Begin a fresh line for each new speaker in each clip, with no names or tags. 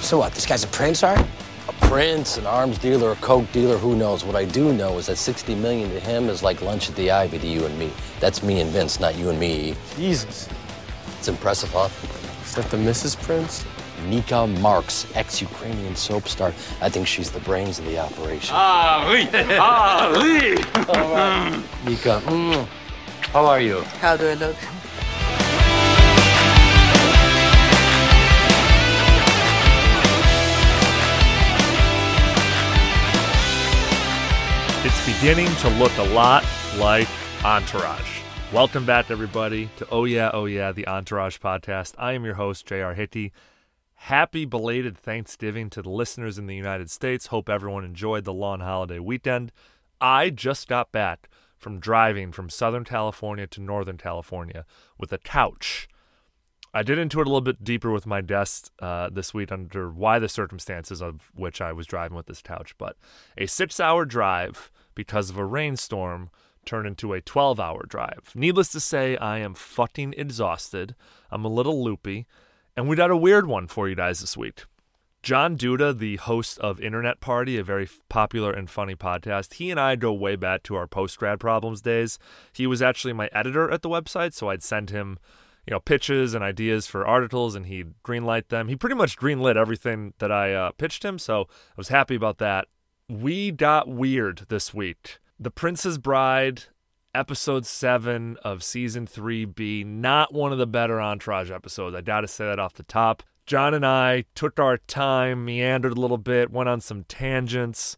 So what? This guy's a prince, all right?
A prince, an arms dealer, a coke dealer, who knows? What I do know is that 60 million to him is like lunch at the Ivy to you and me. That's me and Vince, not you and me.
Jesus.
It's impressive, huh?
Is that the Mrs. Prince?
Nika Marks, ex-Ukrainian soap star. I think she's the brains of the operation.
Ah oui, ah oui. Hmm.
Nika, mm, how are you?
How do I look?
It's beginning to look a lot like Entourage. Welcome back, everybody, to Oh Yeah, Oh Yeah, the Entourage podcast. I am your host, J.R. Hickey. Happy belated Thanksgiving to the listeners in the United States. Hope everyone enjoyed the long holiday weekend. I just got back from driving from Southern California to Northern California with a couch. I did into it a little bit deeper with my guest uh, this week under why the circumstances of which I was driving with this couch, but a six hour drive because of a rainstorm turned into a 12 hour drive. Needless to say, I am fucking exhausted. I'm a little loopy, and we got a weird one for you guys this week. John Duda, the host of Internet Party, a very f- popular and funny podcast, he and I go way back to our post grad problems days. He was actually my editor at the website, so I'd send him, you know, pitches and ideas for articles, and he'd greenlight them. He pretty much greenlit everything that I uh, pitched him, so I was happy about that. We got weird this week. The Prince's Bride, episode seven of season three B. Not one of the better Entourage episodes. I gotta say that off the top. John and I took our time, meandered a little bit, went on some tangents.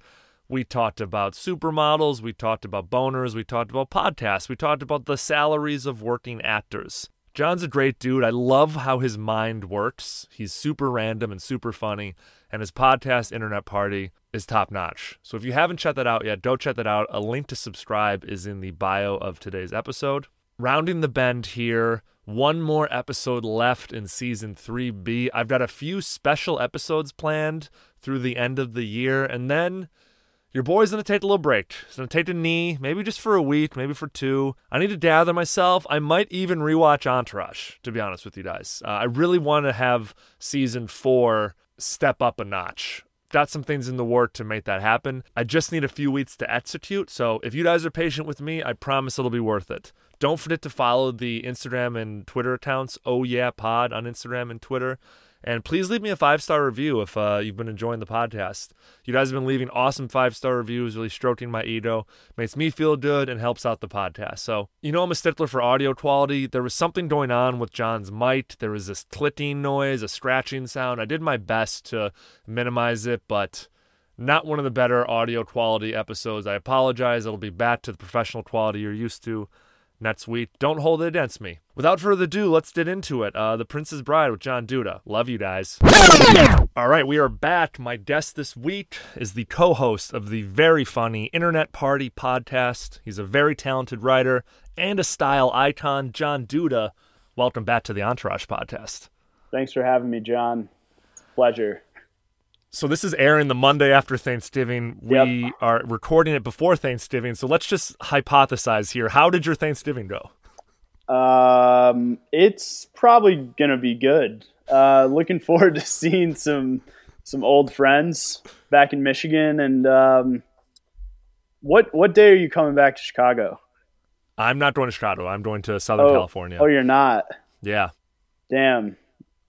We talked about supermodels, we talked about boners, we talked about podcasts, we talked about the salaries of working actors. John's a great dude. I love how his mind works. He's super random and super funny, and his podcast, Internet Party, is top notch. So if you haven't checked that out yet, go check that out. A link to subscribe is in the bio of today's episode. Rounding the bend here, one more episode left in season 3B. I've got a few special episodes planned through the end of the year, and then your boy's gonna take a little break. He's gonna take a knee, maybe just for a week, maybe for two. I need to gather myself. I might even rewatch Entourage, to be honest with you guys. Uh, I really want to have season four step up a notch. Got some things in the work to make that happen. I just need a few weeks to execute. So if you guys are patient with me, I promise it'll be worth it. Don't forget to follow the Instagram and Twitter accounts. Oh yeah, pod on Instagram and Twitter. And please leave me a five star review if uh, you've been enjoying the podcast. You guys have been leaving awesome five star reviews, really stroking my ego. Makes me feel good and helps out the podcast. So, you know, I'm a stickler for audio quality. There was something going on with John's mic. There was this clicking noise, a scratching sound. I did my best to minimize it, but not one of the better audio quality episodes. I apologize. It'll be back to the professional quality you're used to next week. Don't hold it against me. Without further ado, let's get into it. Uh, the Prince's Bride with John Duda. Love you guys. All right, we are back. My guest this week is the co host of the very funny Internet Party podcast. He's a very talented writer and a style icon, John Duda. Welcome back to the Entourage podcast.
Thanks for having me, John. It's a pleasure.
So this is airing the Monday after Thanksgiving. We
Yep.
are recording it before Thanksgiving. So let's just hypothesize here. How did your Thanksgiving go?
Um, it's probably gonna be good. Uh, looking forward to seeing some some old friends back in Michigan. And um, what what day are you coming back to Chicago?
I'm not going to Chicago. I'm going to Southern California.
Oh, you're not.
yeah.
Damn.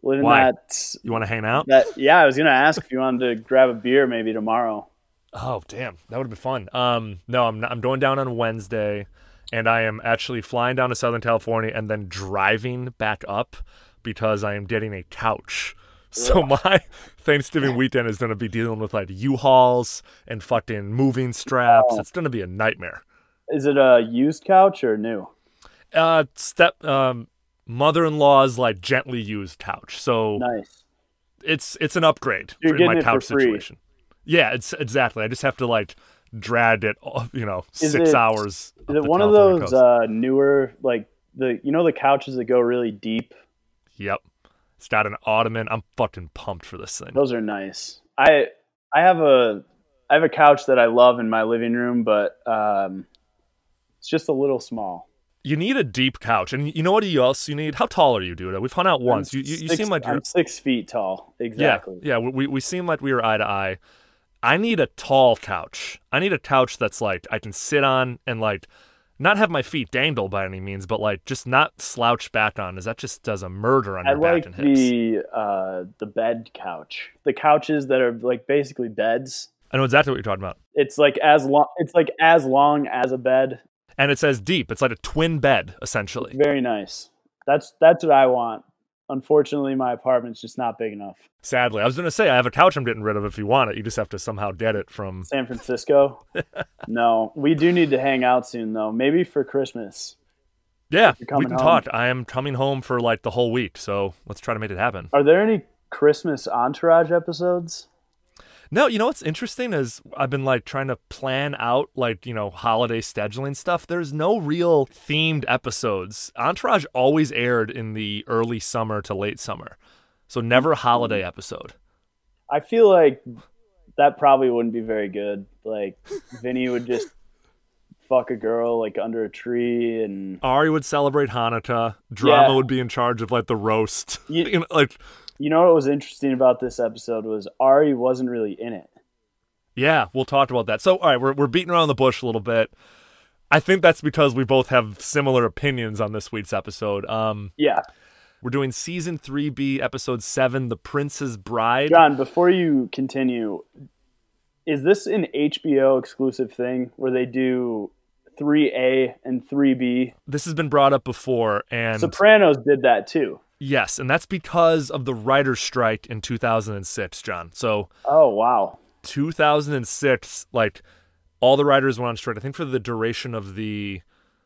Living
Why?
that
You want to hang out?
that. Yeah, I was gonna ask if you wanted to grab a beer maybe tomorrow.
Oh, damn. That would have been fun. Um, no, I'm not, I'm going down on Wednesday and I am actually flying down to Southern California and then driving back up because I am getting a couch. So my Thanksgiving weekend is going to be dealing with like U-Hauls and fucking moving straps.
Oh.
It's going to be a nightmare.
Is it a used couch or new?
Uh step um mother-in-law's like gently used couch. So
Nice.
it's it's an upgrade
You're
in my
getting it for
couch
free.
situation. Yeah, it's exactly. I just have to like drag it, off, you know,
Is
six
it-
hours. up
Is it
the
one of
California
those
coast.
uh, newer like the you know the couches that go really deep?
Yep. It's got an ottoman. I'm fucking pumped for this thing.
Those are nice. I I have a I have a couch that I love in my living room, but um, it's just a little small.
You need a deep couch, and you know what else you need? How tall are you, dude? We've hung out once. you you, you
six,
seem like you're
I'm six feet tall. Exactly.
Yeah, yeah. We, we we seem like we were eye to eye. I need a tall couch. I need a couch that's like I can sit on and like not have my feet dangle by any means, but like just not slouch back on, as that just does a murder on
I
your back
like
and hips.
the uh, the bed couch. The couches that are like basically beds.
I know exactly what you're talking about.
It's like as long. It's like as long as a bed.
And it says deep. It's like a twin bed, essentially.
Very nice. That's that's what I want. Unfortunately, my apartment's just not big enough.
Sadly, I was gonna say I have a couch I'm getting rid of. If you want it, you just have to somehow get it from.
San Francisco. no, we do need to hang out soon though. Maybe for Christmas.
Yeah, we
You're
can
coming home.
talk. I am coming home for like the whole week, so let's try to make it happen.
Are there any Christmas entourage episodes?
No, you know what's interesting is I've been like trying to plan out like, you know, holiday scheduling stuff. There's no real themed episodes. Entourage always aired in the early summer to late summer. So never holiday episode.
I feel like that probably wouldn't be very good. Like Vinny would just fuck a girl like under a tree and
Ari would celebrate Hanukkah. Drama
Yeah.
would be in charge of like the roast.
You-
You know, like
you know what was interesting about this episode was Ari wasn't really in it.
yeah, we'll talk about that. So all right, we're we're beating around the bush a little bit. I think that's because we both have similar opinions on this week's episode. Um
Yeah.
We're doing season 3B, episode 7, The Prince's Bride.
John, before you continue, is this an HBO exclusive thing where they do 3A and 3B?
This has been brought up before, and
Sopranos did that too.
yes, and that's because of the writer's strike in 2006, John. So,
Oh, wow.
2006, like, all the writers went on strike, I think, for the duration of the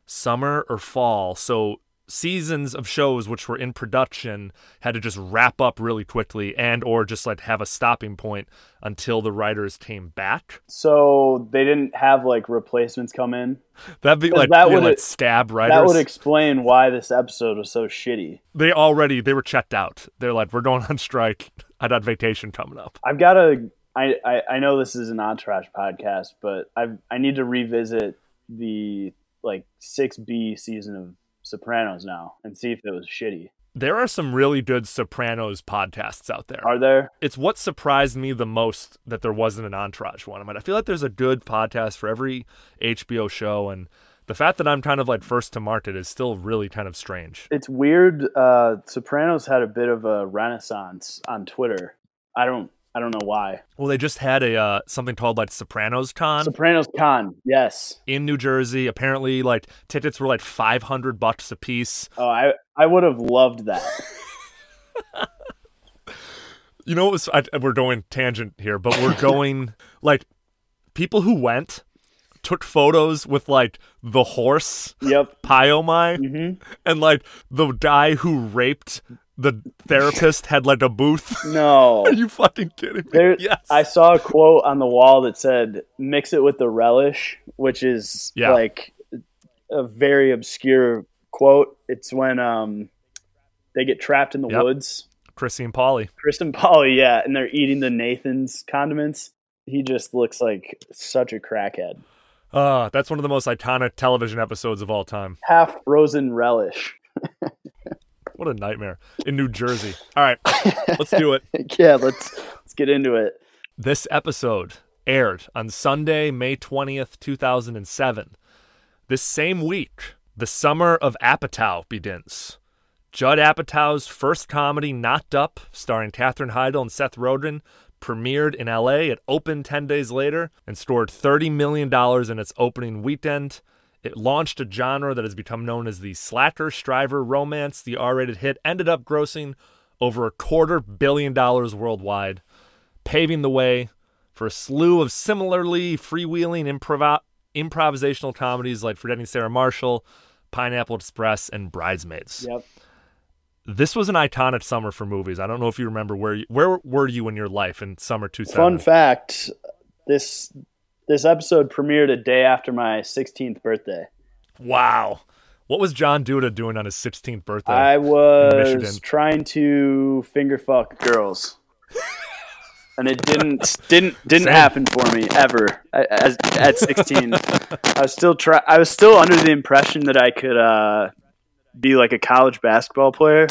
summer or fall. So, seasons of shows which were in production had to just wrap up really quickly and or just like have a stopping point until the writers came back
So they didn't have like replacements come in.
that'd be like,
that
you know,
would-
like stab writers
That would explain why this episode was so shitty.
they already they were checked out. They're like, we're going on strike. I got vacation coming up.
I've got to. I, I I know this is an entourage podcast, but I have I need to revisit the like six B season of Sopranos now and see if it was shitty.
There are some really good Sopranos podcasts out there.
Are there?
It's what surprised me the most that there wasn't an Entourage one. I mean, I feel like there's a good podcast for every HBO show, and the fact that I'm kind of like first to market is still really kind of strange.
It's weird. Uh, Sopranos had a bit of a renaissance on Twitter. I don't I don't know why.
Well, they just had a uh, something called like Sopranos Con
Sopranos con yes.
in New Jersey. Apparently, like tickets were like 500 bucks a piece.
Oh, I I would have loved that.
You know what was? I, we're going tangent here, but we're going like people who went took photos with like the horse
yep.
Pyomai,
Mhm.
and like the guy who raped the therapist had like a booth.
No.
Are you fucking kidding me?
There,
yes,
I saw a quote on the wall that said, "Mix it with the relish," which is
Yeah.
like a very obscure quote. It's when um, they get trapped in the
Yep.
woods.
Chrissy and Polly.
Chris and Polly, yeah, and they're eating the Nathan's condiments. He just looks like such a crackhead.
Ah, that's one of the most iconic television episodes of all time.
Half frozen relish.
What a nightmare in New Jersey. All right, let's do it.
yeah, let's let's get into it.
This episode aired on Sunday, May 20th, 2007. This same week, the summer of Apatow begins. Judd Apatow's first comedy, Knocked Up, starring Katherine Heidel and Seth Rogen, premiered in LA. It opened 10 days later and scored $30 million in its opening weekend. It launched a genre that has become known as the slacker striver romance. The R rated hit ended up grossing over a quarter billion dollars worldwide paving the way for a slew of similarly freewheeling improv- improvisational comedies like Forgetting Sarah Marshall, Pineapple Express, and Bridesmaids.
Yep.
This was an iconic summer for movies. I don't know if you remember where you, where were you in your life in summer 2000.
Fun fact: this this episode premiered a day after my 16th birthday.
wow. What was John Duda doing on his 16th birthday?
I was
Michigan.
trying to finger fuck girls. and it didn't didn't didn't
Same.
happen for me ever. I- As, at 16, I was still try. I was still under the impression that I could uh, be like a college basketball player.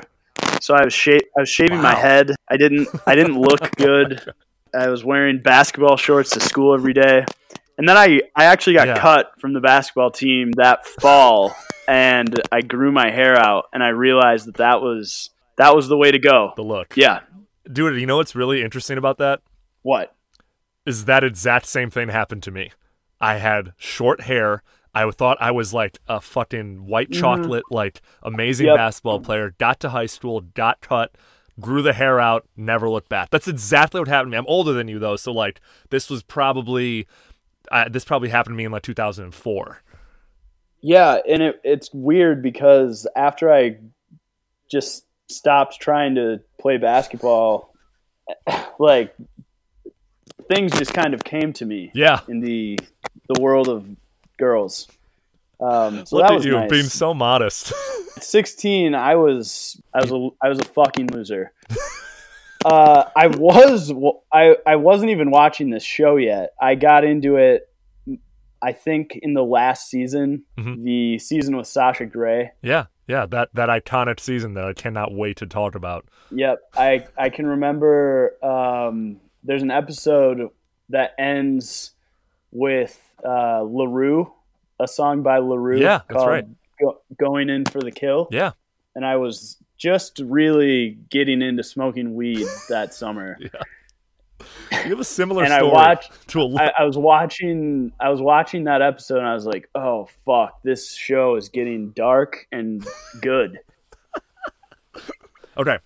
So I was sha- I was shaving my
Wow.
head. I didn't I didn't look good. I was wearing basketball shorts to school every day. And then I, I actually got
Yeah.
cut from the basketball team that fall and I grew my hair out and I realized that that was that was the way to go.
The look.
Yeah.
Dude, you know what's really interesting about that?
What?
Is that exact same thing happened to me. I had short hair. I thought I was like a fucking white chocolate, like amazing
Mm-hmm. Yep.
basketball player. Got to high school, got cut, grew the hair out, never looked back. That's exactly what happened to me. I'm older than you though, so like this was probably uh, this probably happened to me in like 2004.
Yeah, and it, it's weird because after I just stopped trying to play basketball, like things just kind of came to me
Yeah.
in the the world of girls. Um, so
Look
that
at
was
you
nice.
being so modest.
At 16, I was I was a, I was a fucking loser. uh, I was I I wasn't even watching this show yet. I got into it. I think in the last season,
Mhm.
the season with Sasha Grey.
yeah. Yeah, that that iconic season that I cannot wait to talk about.
Yep, I I can remember. Um, there's an episode that ends with uh, Larue, a song by Larue.
Yeah, that's
called
right.
Go- Going in for the kill.
Yeah.
and I was just really getting into smoking weed that summer.
You have a similar
And I
story
watched-
to a lo-
I, I was watching I was watching that episode and I was like, oh fuck, this show is getting dark and good.
Okay.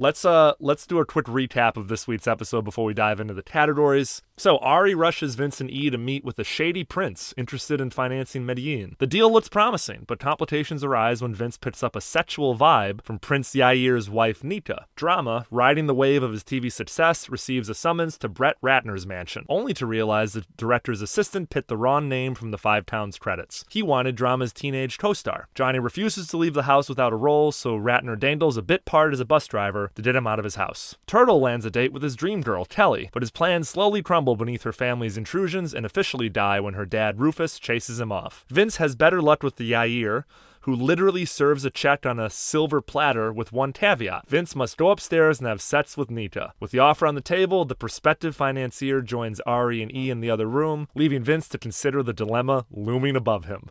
Let's uh let's do a quick recap of this week's episode before we dive into the categories. So Ari rushes Vincent E to meet with a shady prince interested in financing Medellin. The deal looks promising, but complications arise when Vince picks up a sexual vibe from Prince Yair's wife Nita. Drama, riding the wave of his TV success, receives a summons to Brett Ratner's mansion, only to realize the director's assistant picked the wrong name from the Five Towns credits. He wanted drama's teenage co-star. Johnny refuses to leave the house without a role, so Ratner dangles a bit part as a bus driver to get him out of his house. Turtle lands a date with his dream girl, Kelly, but his plans slowly crumble beneath her family's intrusions and officially die when her dad, Rufus, chases him off. Vince has better luck with the Yair, who literally serves a check on a silver platter with one caveat. Vince must go upstairs and have sex with Nita. With the offer on the table, the prospective financier joins Ari and E in the other room, leaving Vince to consider the dilemma looming above him.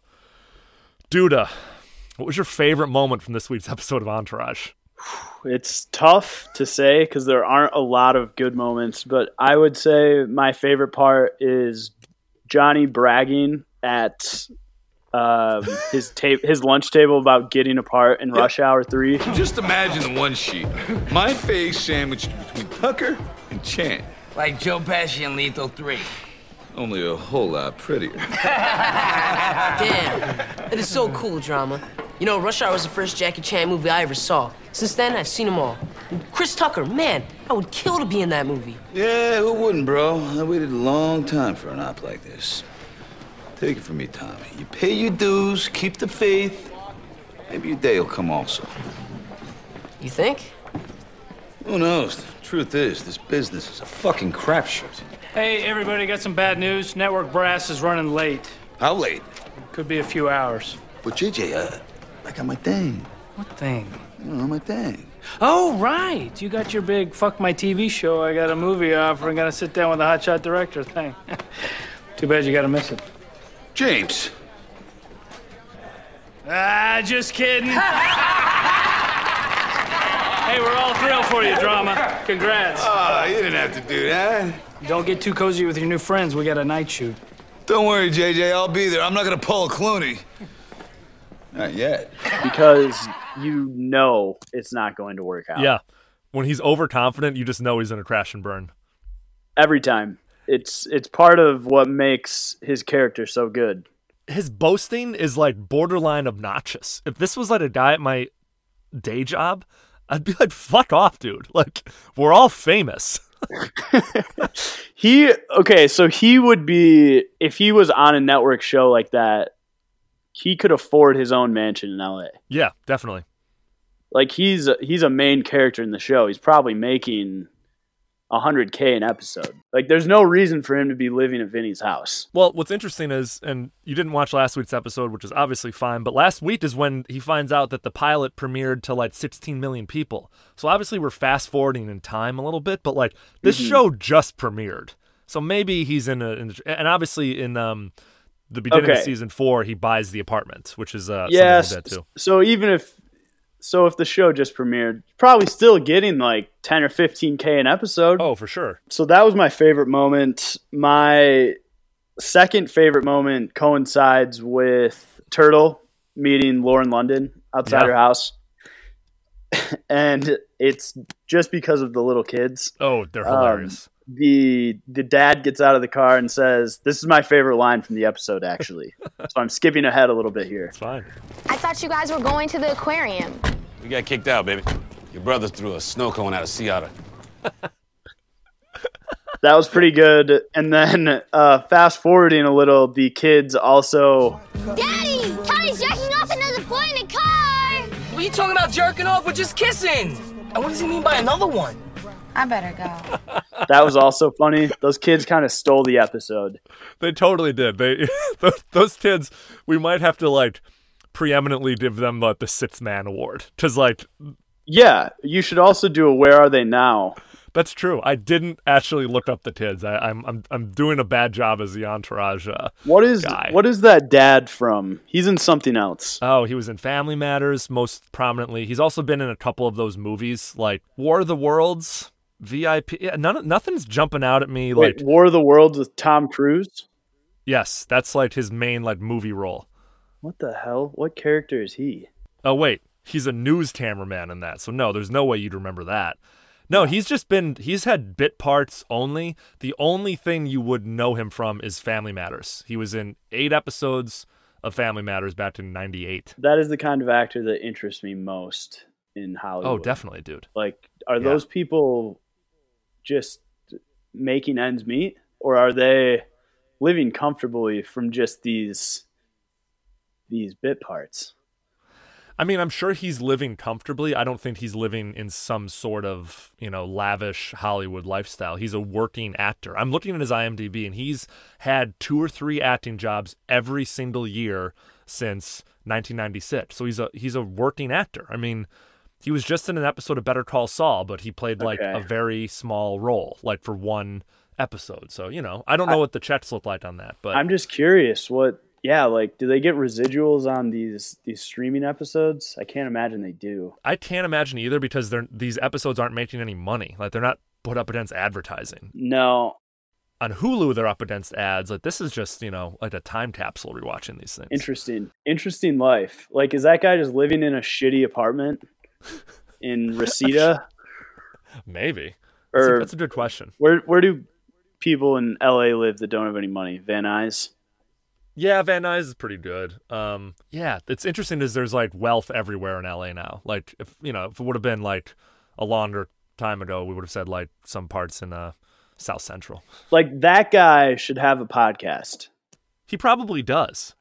Duda, what was your favorite moment from this week's episode of Entourage?
It's tough to say because there aren't a lot of good moments, but I would say my favorite part is Johnny bragging at um, his tape his lunch table about getting apart in Rush Hour Three.
Just imagine the one sheet. My face sandwiched between Tucker and Chan.
Like Joe Pesci in Lethal 3.
Only a whole lot prettier.
Damn. It is so cool, drama. You know, Rush Hour was the first Jackie Chan movie I ever saw. Since then, I've seen them all. And Chris Tucker, man, I would kill to be in that movie.
Yeah, who wouldn't, bro? I waited a long time for an op like this. Take it from me, Tommy. You pay your dues, keep the faith. Maybe your day will come also.
You think?
Who knows? The truth is, this business is a fucking crapshoot.
Hey, everybody, got some bad news. Network Brass is running late.
How late?
Could be a few hours.
But JJ, uh, I got my thing.
What thing?
You know, my thing.
Oh, right. You got your big fuck my TV show. I got a movie offer. I'm going to sit down with a hotshot director thing. Too bad you got to miss it.
James.
Ah, just kidding. hey, we're all thrilled for you, drama. Congrats.
Ah, you didn't have to do that.
Don't get too cozy with your new friends. We got a night shoot.
Don't worry, JJ. I'll be there. I'm not gonna pull a Clooney. Not yet.
because you know it's not going to work out.
Yeah. Uh, When he's overconfident, you just know he's going to crash and burn.
Every time. It's it's part of what makes his character so good.
his boasting is like borderline obnoxious. If this was like a guy at my day job, I'd be like, fuck off, dude. Like, we're all famous.
He okay, so he would be if he was on a network show like that, he could afford his own mansion in LA.
Yeah, definitely.
Like he's a, he's a main character in the show. He's probably making 100K an episode. Like, there's no reason for him to be living at Vinny's house.
Well, what's interesting is, and you didn't watch last week's episode, which is obviously fine, but last week is when he finds out that the pilot premiered to like 16 million people. So obviously we're fast forwarding in time a little bit, but like this
Mm-hmm.
show just premiered. So maybe he's in a, in a- and obviously in um the beginning of
Okay.
season four, he buys the apartment, which is uh, something
Yes.
like that too.
So even if so, if the show just premiered, probably still getting like 10 or 15K an episode.
Oh, for sure.
So that was my favorite moment. My second favorite moment coincides with Turtle meeting Lauren London outside
Yeah.
her house. and it's just because of the little kids.
Oh, they're
Um,
hilarious.
The the dad gets out of the car and says, "This is my favorite line from the episode actually." so I'm skipping ahead a little bit here.
It's fine.
I thought you guys were going to the aquarium.
We got kicked out, baby. Your brother threw a snow cone at a sea otter.
That was pretty good. And then uh, fast forwarding a little, the kids also
Daddy, Ty's jacking off another boy in a car.
What are you talking about jerking off? We're just kissing. And what does he mean by another one?
I better go.
that was also funny. Those kids kind of stole the episode.
They totally did. They those, those kids. We might have to like preeminently give them like the sixth man award because like
Yeah, you should also do a Where Are They Now?
that's true. I didn't actually look up the kids. I, I'm I'm I'm doing a bad job as the entourage. Uh,
What is
Guy.
what is that dad from? He's in something else.
oh, he was in Family Matters most prominently. He's also been in a couple of those movies like War of the Worlds, VIP. Yeah, none nothing's jumping out at me. Like
Wait, War of the Worlds with Tom Cruise?
yes, that's like his main like movie role.
What the hell? What character is he?
Oh wait, he's a news cameraman in that. So no, there's no way you'd remember that. No, he's just been he's had bit parts only. The only thing you would know him from is Family Matters. He was in 8 episodes of Family Matters back in 98.
That is the kind of actor that interests me most in Hollywood.
Oh, definitely, dude.
Like, are
Yeah.
those people just making ends meet, or are they living comfortably from just these these bit parts?
I mean, I'm sure he's living comfortably. I don't think he's living in some sort of, you know, lavish Hollywood lifestyle. He's a working actor. I'm looking at his IMDb and he's had two or three acting jobs every single year since 1996. So he's a he's a working actor. I mean, he was just in an episode of Better Call Saul, but he played like
Okay.
a very small role, like for one episode. So, you know, I don't know what the checks look like on that, but
I'm just curious what yeah, like do they get residuals on these these streaming episodes? I can't imagine they do.
I can't imagine either because they're these episodes aren't making any money. Like they're not put up against advertising.
No,
On Hulu, they're up against ads. Like this is just you know like a time capsule rewatching these things.
interesting. Interesting life. Like is that guy just living in a shitty apartment in Reseda
Maybe that's, a,
or
that's a good question.
where where do people in LA live that don't have any money? Van Nuys?
Yeah, Van Nuys is pretty good. Um, yeah, it's interesting is there's like wealth everywhere in LA now. Like if you know if it would have been like a longer time ago, we would have said like some parts in uh South Central.
Like that guy should have a podcast.
He probably does.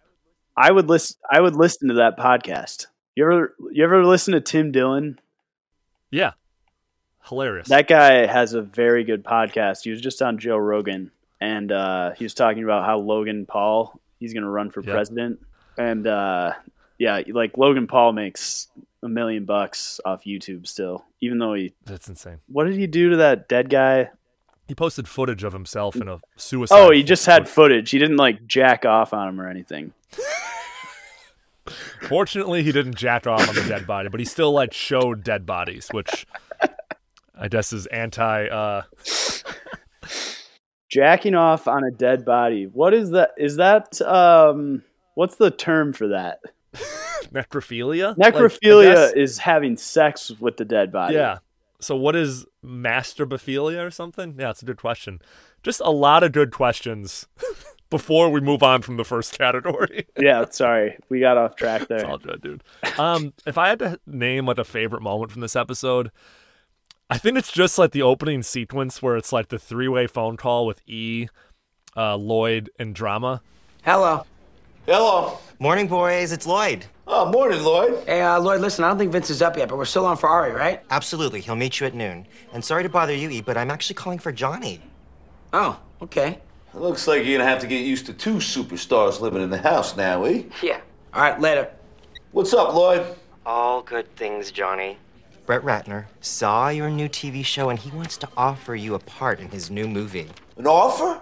I would listen I would listen to that podcast. You ever you ever listen to Tim Dillon?
Yeah, hilarious.
That guy has a very good podcast. He was just on Joe Rogan, and uh, he was talking about how Logan Paul he's going to run for
Yeah.
president, and uh, yeah, like Logan Paul makes a million bucks off YouTube still, even though he
that's insane.
what did he do to that dead guy?
He posted footage of himself in a suicide.
Oh, he just
footage.
had footage. He didn't like jack off on him or anything.
Fortunately, he didn't jack off on the dead body, but he still like showed dead bodies, which I guess is anti. uh
Jacking off on a dead body. What is that? Is that um? What's the term for that?
Necrophilia. Like, I
Necrophilia
guess-
is having sex with the dead body.
yeah. So what is masturbophilia or something? Yeah, it's a good question. Just a lot of good questions before we move on from the first category.
yeah, sorry, we got off track
It's
there.
all good, dude. Um, if I had to name like a favorite moment from this episode, I think it's just like the opening sequence where it's like the three-way phone call with E, uh, Lloyd, and Drama.
Hello.
Hello.
Morning, boys. It's Lloyd.
Oh, morning, Lloyd.
Hey, uh, Lloyd, listen, I don't think Vince is up yet, but we're still on for Ari, right? Absolutely. He'll meet you at noon. And sorry to bother you, E, but I'm actually calling for Johnny. Oh, okay.
Looks like you're gonna have to get used to two superstars living in the house now, eh?
Yeah. All right, later.
What's up, Lloyd?
All good things, Johnny. Brett Ratner saw your new TV show and he wants to offer you a part in his new movie.
An offer?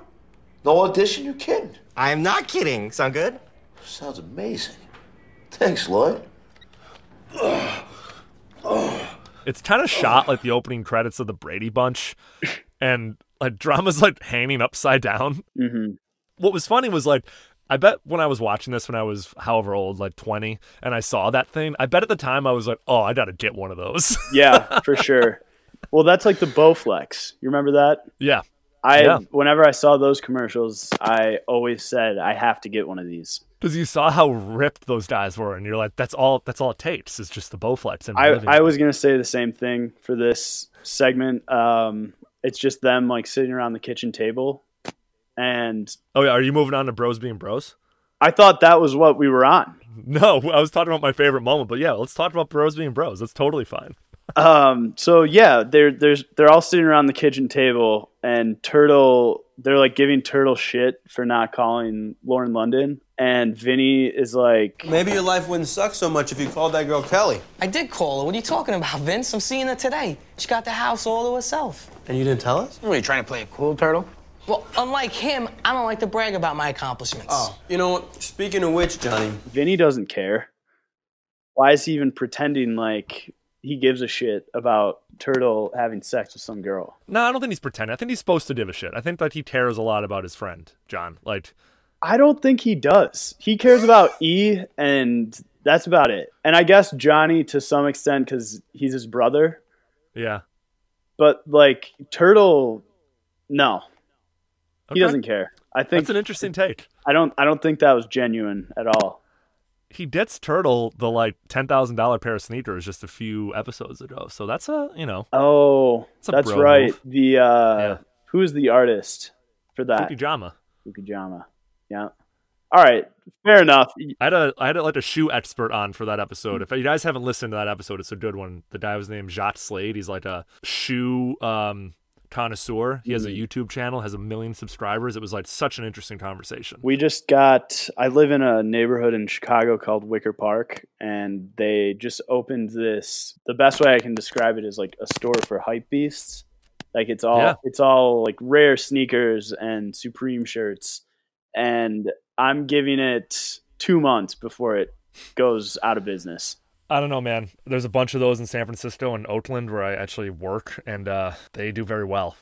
No audition? You kidding?
I am not kidding. Sound good?
Sounds amazing. Thanks, Lloyd.
It's kind of shot like the opening credits of the Brady Bunch, and like drama's like hanging upside down.
Mm-hmm.
What was funny was like, I bet when I was watching this when I was however old, like 20, and I saw that thing, I bet at the time I was like, oh, I gotta get one of those.
Yeah, for sure. Well, that's like the Bowflex. You remember that?
Yeah.
I
Yeah.
whenever I saw those commercials, I always said I have to get one of these.
Because you saw how ripped those guys were, and you're like, that's all that's all it takes is just the Bowflex. And
I, I was gonna say the same thing for this segment. Um, it's just them like sitting around the kitchen table, and
Oh, yeah. Are you moving on to Bros Being Bros?
I thought that was what we were on.
No, I was talking about my favorite moment, but yeah, let's talk about Bros Being Bros. That's totally fine.
Um, so yeah, they're there's they're all sitting around the kitchen table, and Turtle they're like giving Turtle shit for not calling Lauren London, and Vinny is like,
Maybe your life wouldn't suck so much if you called that girl Kelly.
I did call her. What are you talking about, Vince? I'm seeing her today. She got the house all to herself.
And you didn't tell us?
What are you trying to play a cool turtle? Well, unlike him, I don't like to brag about my accomplishments. Oh.
You know what? Speaking of which, Johnny,
Vinny doesn't care. Why is he even pretending like he gives a shit about Turtle having sex with some girl?
No, I don't think he's pretending. I think he's supposed to give a shit. I think that he cares a lot about his friend, John. Like,
I don't think he does. He cares about E, and that's about it. And I guess Johnny to some extent because he's his brother.
yeah.
But like Turtle, no,
Okay.
he doesn't care. I think
That's an interesting take.
I don't. I don't think that was genuine at all.
He gets Turtle the like ten thousand dollar pair of sneakers just a few episodes ago. So that's a you know
Oh,
It's a
that's
bro
right.
move.
The uh, who's the artist for that?
Fuki drama.
Fukujama. Yeah. All right. Fair enough.
I had a I had a, like a shoe expert on for that episode. If you guys haven't listened to that episode, it's a good one. The guy was named Jot Slade. He's like a shoe um, connoisseur. He
Hmm.
has a YouTube channel, has a million subscribers. It was like such an interesting conversation.
We just got. I live in a neighborhood in Chicago called Wicker Park, and they just opened this. The best way I can describe it is like a store for hype beasts. Like it's all
Yeah.
it's all like rare sneakers and Supreme shirts, and I'm giving it two months before it goes out of business.
I don't know, man. There's a bunch of those in San Francisco and Oakland where I actually work, and uh, they do very well.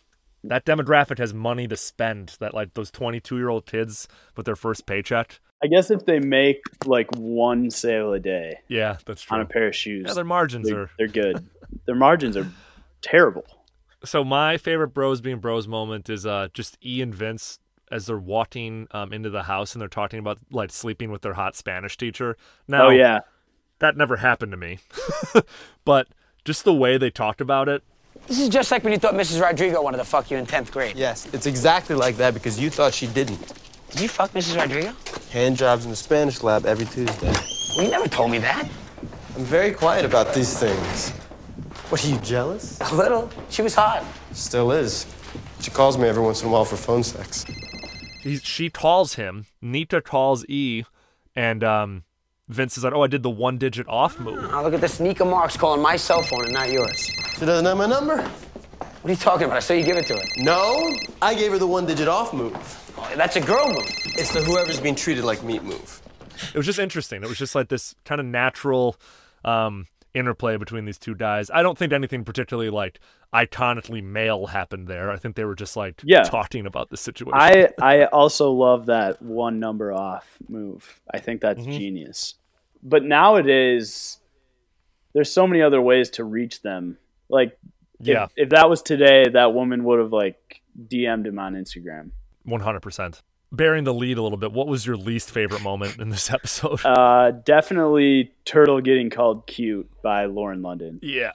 That demographic has money to spend. That like those 22 year old kids with their first paycheck.
I guess if they make like one sale a day,
Yeah, that's true.
on a pair of shoes,
Yeah, their margins
they-
are-
they're good. their margins are terrible.
So my favorite bros being bros moment is uh just E and Vince as they're walking um, into the house and they're talking about like sleeping with their hot Spanish teacher. Now,
Oh, yeah.
that never happened to me, but just the way they talked about it.
This is just like when you thought Mrs. Rodrigo wanted to fuck you in 10th grade.
Yes, it's exactly like that because you thought she didn't.
Did you fuck Mrs. Rodrigo?
Hand jobs in the Spanish lab every Tuesday.
Well, you never told me that.
I'm very quiet about these things. What, are you jealous?
A little. She was hot.
Still is. She calls me every once in a while for phone sex.
He, she calls him. Nita calls E, and um, Vince is like, "Oh, I did the one digit off move."
Now look at the sneaker marks calling my cell phone and not yours.
She doesn't have my number.
What are you talking about? I saw you give it to her.
No, I gave her the one digit off move.
that's a girl move.
It's the whoever's being treated like meat move.
it was just interesting. It was just like this kind of natural um, interplay between these two guys. I don't think anything particularly like iconically male happened there. I think they were just like
Yeah.
talking about the situation.
I I also love that one number off move. I think that's genius. But nowadays, there's so many other ways to reach them. Like, if-
Yeah.
if, that was today, that woman would have like DM'd him on Instagram.
One hundred percent. Bearing the lead a little bit, what was your least favorite moment in this episode?
Uh, definitely turtle getting called cute by Lauren London.
Yeah.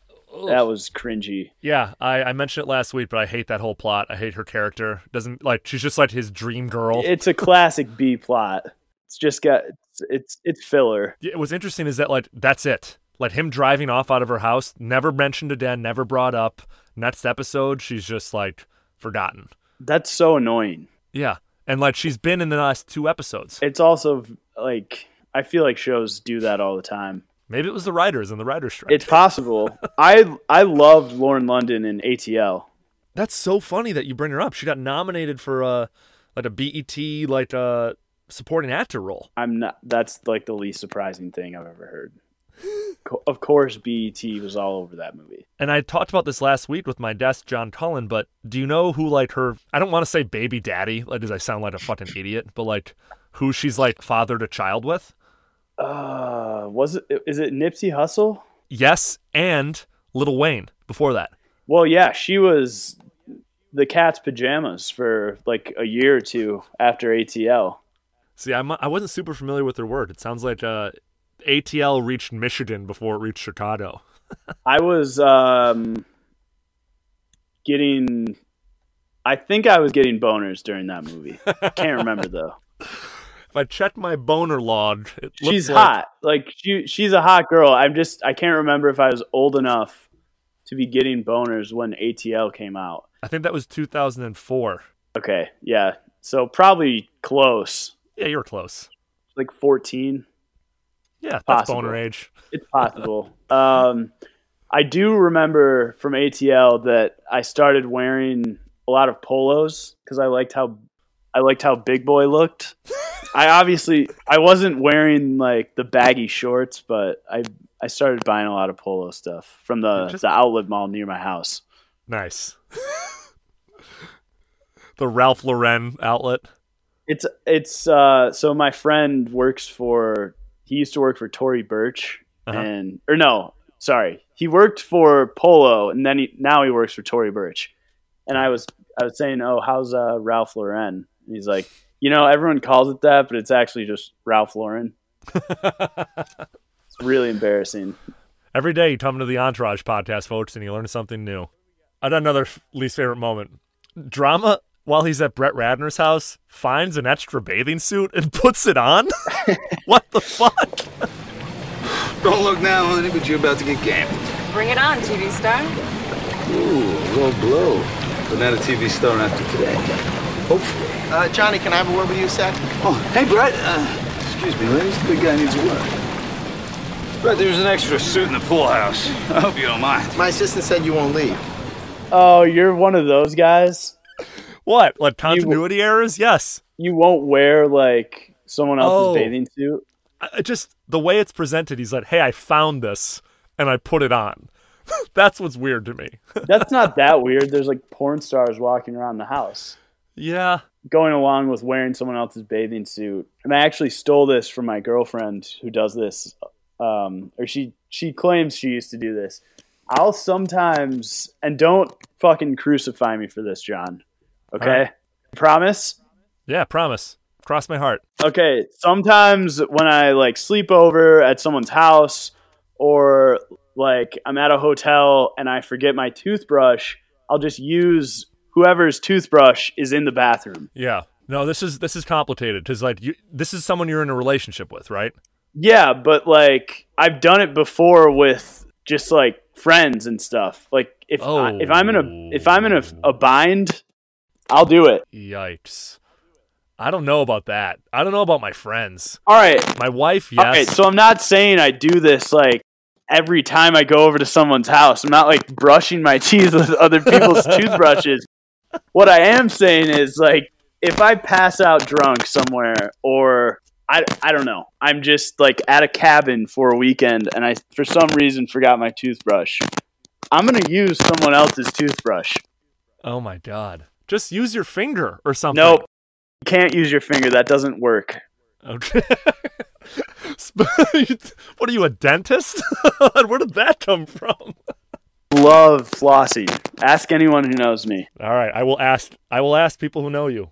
that was cringy.
Yeah, I, I mentioned it last week, but I hate that whole plot. I hate her character. Doesn't like she's just like his dream girl.
It's a classic B plot. It's just got it's it's, it's filler.
Yeah, what's interesting is that like that's it. Like him driving off out of her house, never mentioned again, never brought up. Next episode, she's just like forgotten.
That's so annoying.
Yeah, and like she's been in the last two episodes.
It's also like I feel like shows do that all the time.
Maybe it was the writers and the writers strike.
It's possible. I I loved Lauren London in ATL.
That's so funny that you bring her up. She got nominated for uh like a BET like uh supporting actor role.
I'm not. That's like the least surprising thing I've ever heard. Co- of course, BET was all over that movie.
And I talked about this last week with my guest John Cullen, but do you know who like her? I don't want to say baby daddy, like does I sound like a fucking idiot? But like who she's like fathered a child with?
Uh, was it? Is it Nipsey Hussle?
Yes, and Little Wayne before that.
Well, yeah, she was the cat's pajamas for like a year or two after ATL.
See, I'm, I wasn't super familiar with their word. It sounds like uh, ATL reached Michigan before it reached Chicago.
I was um, getting, I think I was getting boners during that movie. Can't remember though.
If I check my boner log, it looks
She's
like-
hot. Like she, she's a hot girl. I'm just, I can't remember if I was old enough to be getting boners when ATL came out.
I think that was 2004.
Okay, yeah. So probably close.
Yeah, you're close.
Like 14.
Yeah, that's
Possible.
boner age.
It's possible. um, I do remember from ATL that I started wearing a lot of polos because I liked how I liked how Big Boy looked. I obviously I wasn't wearing like the baggy shorts, but I I started buying a lot of polo stuff from the
Just-
the outlet mall near my house.
Nice. the Ralph Lauren outlet.
It's it's uh so my friend works for he used to work for Tory Burch
Uh-huh.
and or no, sorry. He worked for Polo and then he now he works for Tory Burch. And I was I was saying, "Oh, how's uh Ralph Lauren?" And he's like, "You know, everyone calls it that, but it's actually just Ralph Lauren." it's really embarrassing.
Every day you come to the Entourage podcast, folks, and you learn something new. I got another f- least favorite moment. Drama, while he's at Brett Radner's house, finds an extra bathing suit and puts it on. what the fuck?
Don't look now, honey, but you're about to get gambled.
Bring it on, TV star.
Ooh, low blow. But not a TV star after today. Hopefully.
Uh, Johnny, can I have a word with you, Seth?
Oh, hey, Brett. Uh, excuse me, ladies. The big guy needs a word. Brett, there's an extra suit in the pool house. I hope you don't mind.
My assistant said you won't leave.
Oh, you're one of those guys.
What? Like continuity errors? Yes.
You won't wear like someone else's
Oh.
bathing suit.
I- I just the way it's presented, he's like, hey, I found this and I put it on. That's what's weird to me.
That's not that weird. There's like porn stars walking around the house.
Yeah.
Going along with wearing someone else's bathing suit. And I actually stole this from my girlfriend who does this. Um, or she she claims she used to do this. I'll sometimes and don't fucking crucify me for this, John. Okay?
All right.
Promise?
Yeah, promise. Cross my heart.
Okay, sometimes when I like sleep over at someone's house or like I'm at a hotel and I forget my toothbrush, I'll just use whoever's toothbrush is in the bathroom.
Yeah. No, this is this is complicated because like you, this is someone you're in a relationship with, right?
Yeah, but like I've done it before with just like friends and stuff. Like if I, if I'm in a if I'm in a, a bind, I'll do it.
Yikes. I don't know about that. I don't know about my friends.
All right.
My wife, yes.
All right, so I'm not saying I do this like every time I go over to someone's house. I'm not like brushing my teeth with other people's toothbrushes. What I am saying is like if I pass out drunk somewhere or I, I don't know. I'm just like at a cabin for a weekend and I for some reason forgot my toothbrush. I'm going to use someone else's toothbrush.
oh my god. Just use your finger or something.
Nope. You can't use your finger. That doesn't work.
Okay. Sp- what are you, a dentist? Where did that come from?
Love flossy. Ask anyone who knows me.
All right, I will ask. I will ask people who know you.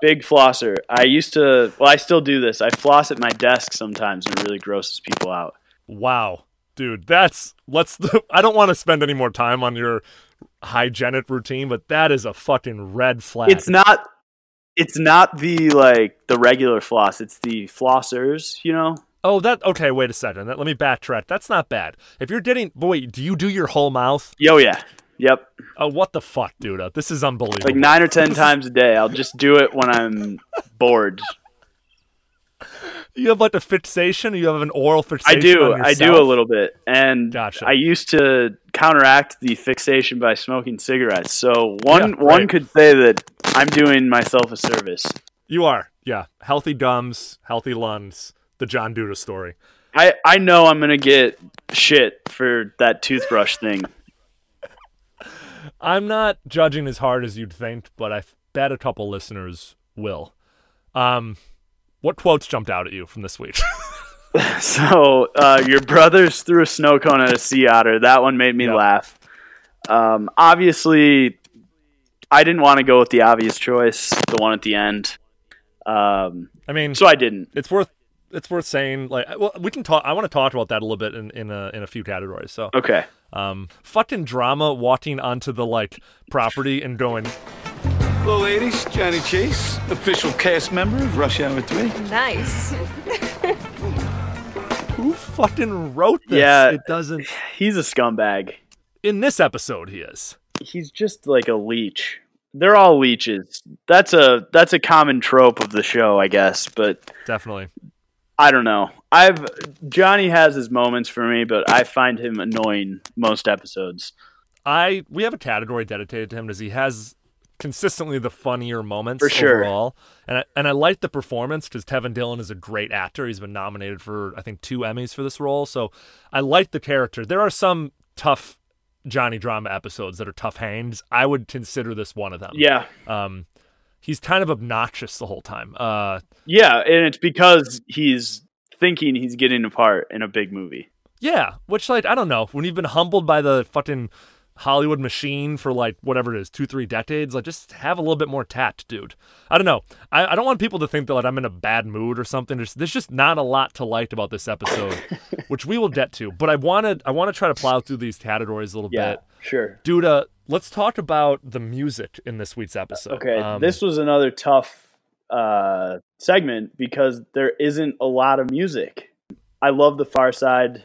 Big flosser. I used to. Well, I still do this. I floss at my desk sometimes, and it really grosses people out.
Wow, dude, that's let's. I don't want to spend any more time on your hygienic routine, but that is a fucking red flag.
It's not. it's not the like the regular floss. It's the flossers, you know.
Oh, that okay. Wait a second. That, let me backtrack. That's not bad. If you're dating, but wait, do you do your whole mouth?
Yo, yeah, yep.
Oh, what the fuck, dude? This is unbelievable.
Like nine or ten
This is-
times a day. I'll just do it when I'm bored.
You have like a fixation. You have an oral
I
fixation.
do.
on
I do
yourself?
a little bit, and I used to counteract the fixation by smoking cigarettes. So one
Yeah,
one
right.
could say that I'm doing myself a service.
You are. Yeah. Healthy gums, healthy lungs. The John Duda story.
I I know I'm gonna get shit for that toothbrush thing.
I'm not judging as hard as you'd think, but I bet a couple listeners will. Um, what quotes jumped out at you from this week?
So uh, your brothers threw a snow cone at a sea otter. That one made me laugh. Um, obviously, I didn't want to go with the obvious choice, the one at the end. Um,
I mean,
so I didn't.
It's worth it's worth saying. Like, well, we can talk. I want to talk about that a little bit in in a, in a few categories. So
Okay.
um, fucking drama walking onto the like property and going.
Hello, ladies. Johnny Chase, official cast member of Rush Hour 3.
Nice.
Who fucking wrote this?
Yeah,
it doesn't.
He's a scumbag.
In this episode, he is.
He's just like a leech. They're all leeches. That's a that's a common trope of the show, I guess. But
definitely,
I don't know. I've Johnny has his moments for me, but I find him annoying most episodes.
I we have a category dedicated to him because he has consistently the funnier moments
For sure.
overall, and I, and I like the performance because Kevin Dillon is a great actor. He's been nominated for I think two Emmys for this role, so I like the character. There are some tough Johnny drama episodes that are tough hangs. I would consider this one of them.
Yeah.
Um, he's kind of obnoxious the whole time. Uh,
Yeah, and it's because he's thinking he's getting a part in a big movie.
Yeah, which like I don't know when you've been humbled by the fucking Hollywood machine for like whatever it is two three decades, like just have a little bit more tact, dude. I don't know. I, I don't want people to think that like I'm in a bad mood or something. There's, there's just not a lot to like about this episode, which we will get to. But I wanted I want to try to plow through these categories a little bit,
sure.
dude. Uh, let's talk about the music in this week's episode.
Okay,
Um,
this was another tough uh, segment because there isn't a lot of music. I love the Far Side.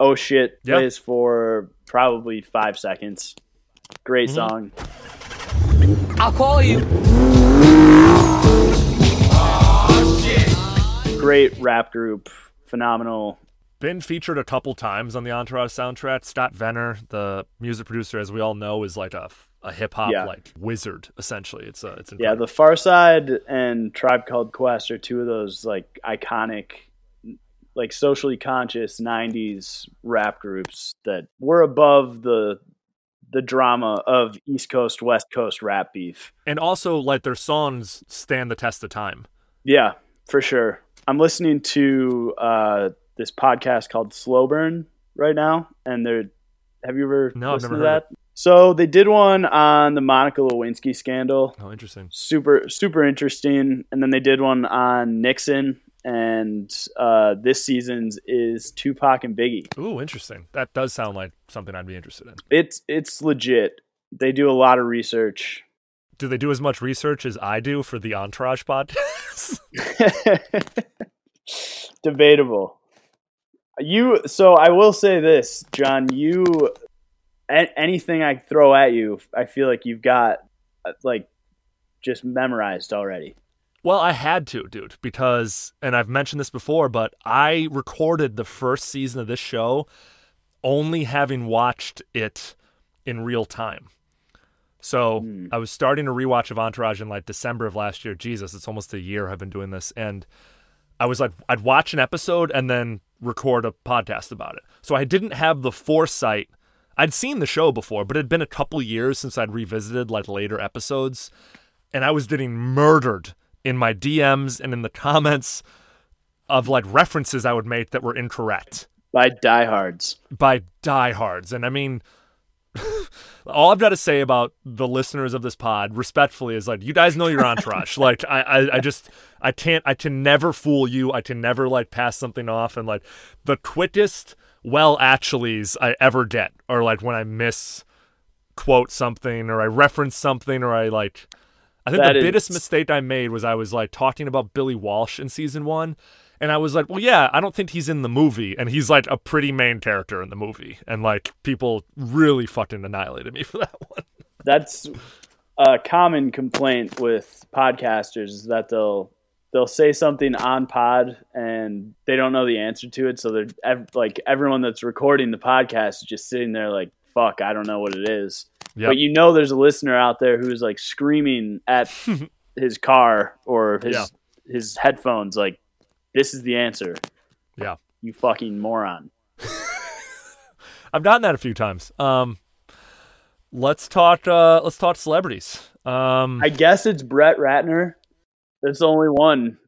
Oh shit
Yeah.
plays for probably five seconds. Great
Mhm.
Mm-hmm.
song.
I'll call you.
Great rap group. Phenomenal.
been featured a couple times on the Entourage soundtrack. Scott Venner, the music producer, as we all know, is like a, a hip hop
Yeah.
like wizard. Essentially, it's a, it's incredible.
Yeah, the Far Side and Tribe Called Quest are two of those like iconic, like socially conscious '90s rap groups that were above the the drama of East Coast West Coast rap beef.
and also like their songs stand the test of time.
Yeah, for sure. I'm listening to uh, this podcast called Slow Burn right now, and they're. Have you ever
No, I've
listened
never
to
heard of
that? So they did one on the Monica Lewinsky scandal.
Oh, interesting.
Super, super interesting. And then they did one on Nixon, and uh, this season's is Tupac and Biggie.
Ooh, interesting. That does sound like something I'd be interested in.
It's it's legit. They do a lot of research.
Do they do as much research as I do for the Entourage podcast?
debatable. You so I will say this, John. You a- anything I throw at you, I feel like you've got uh, like just memorized already.
well, I had to, dude, because and I've mentioned this before, but I recorded the first season of this show only having watched it in real time. So I was starting a rewatch of Entourage in like December of last year. Jesus, it's almost a year I've been doing this. And I was like, I'd watch an episode and then record a podcast about it. So I didn't have the foresight. I'd seen the show before, but it had been a couple years since I'd revisited like later episodes. And I was getting murdered in my DMs and in the comments of like references I would make that were incorrect
by diehards.
By diehards, and I mean, all I've got to say about the listeners of this pod, respectfully, is like you guys know your entourage. like I, I, I just I can't I can never fool you. I can never like pass something off. And like the quickest well actuallys I ever get are like when I miss quote something or I reference something or I like I think
That
the biggest
is-
mistake I made was I was like talking about Billy Walsh in season one, and I was like, well, yeah, I don't think he's in the movie, and he's like a pretty main character in the movie, and like people really fucking annihilated me for that one.
That's a common complaint with podcasters is that they'll they'll say something on pod and they don't know the answer to it, so they're ev- like everyone that's recording the podcast is just sitting there like, "Fuck, I don't know what it is."
Yep.
But you know, there's a listener out there who's like screaming at his car or his
Yeah.
his headphones, like, "This is the answer."
Yeah.
you fucking moron.
I've done that a few times. Um, let's talk. Uh, let's talk celebrities. Um,
I guess it's Brett Ratner. There's only one.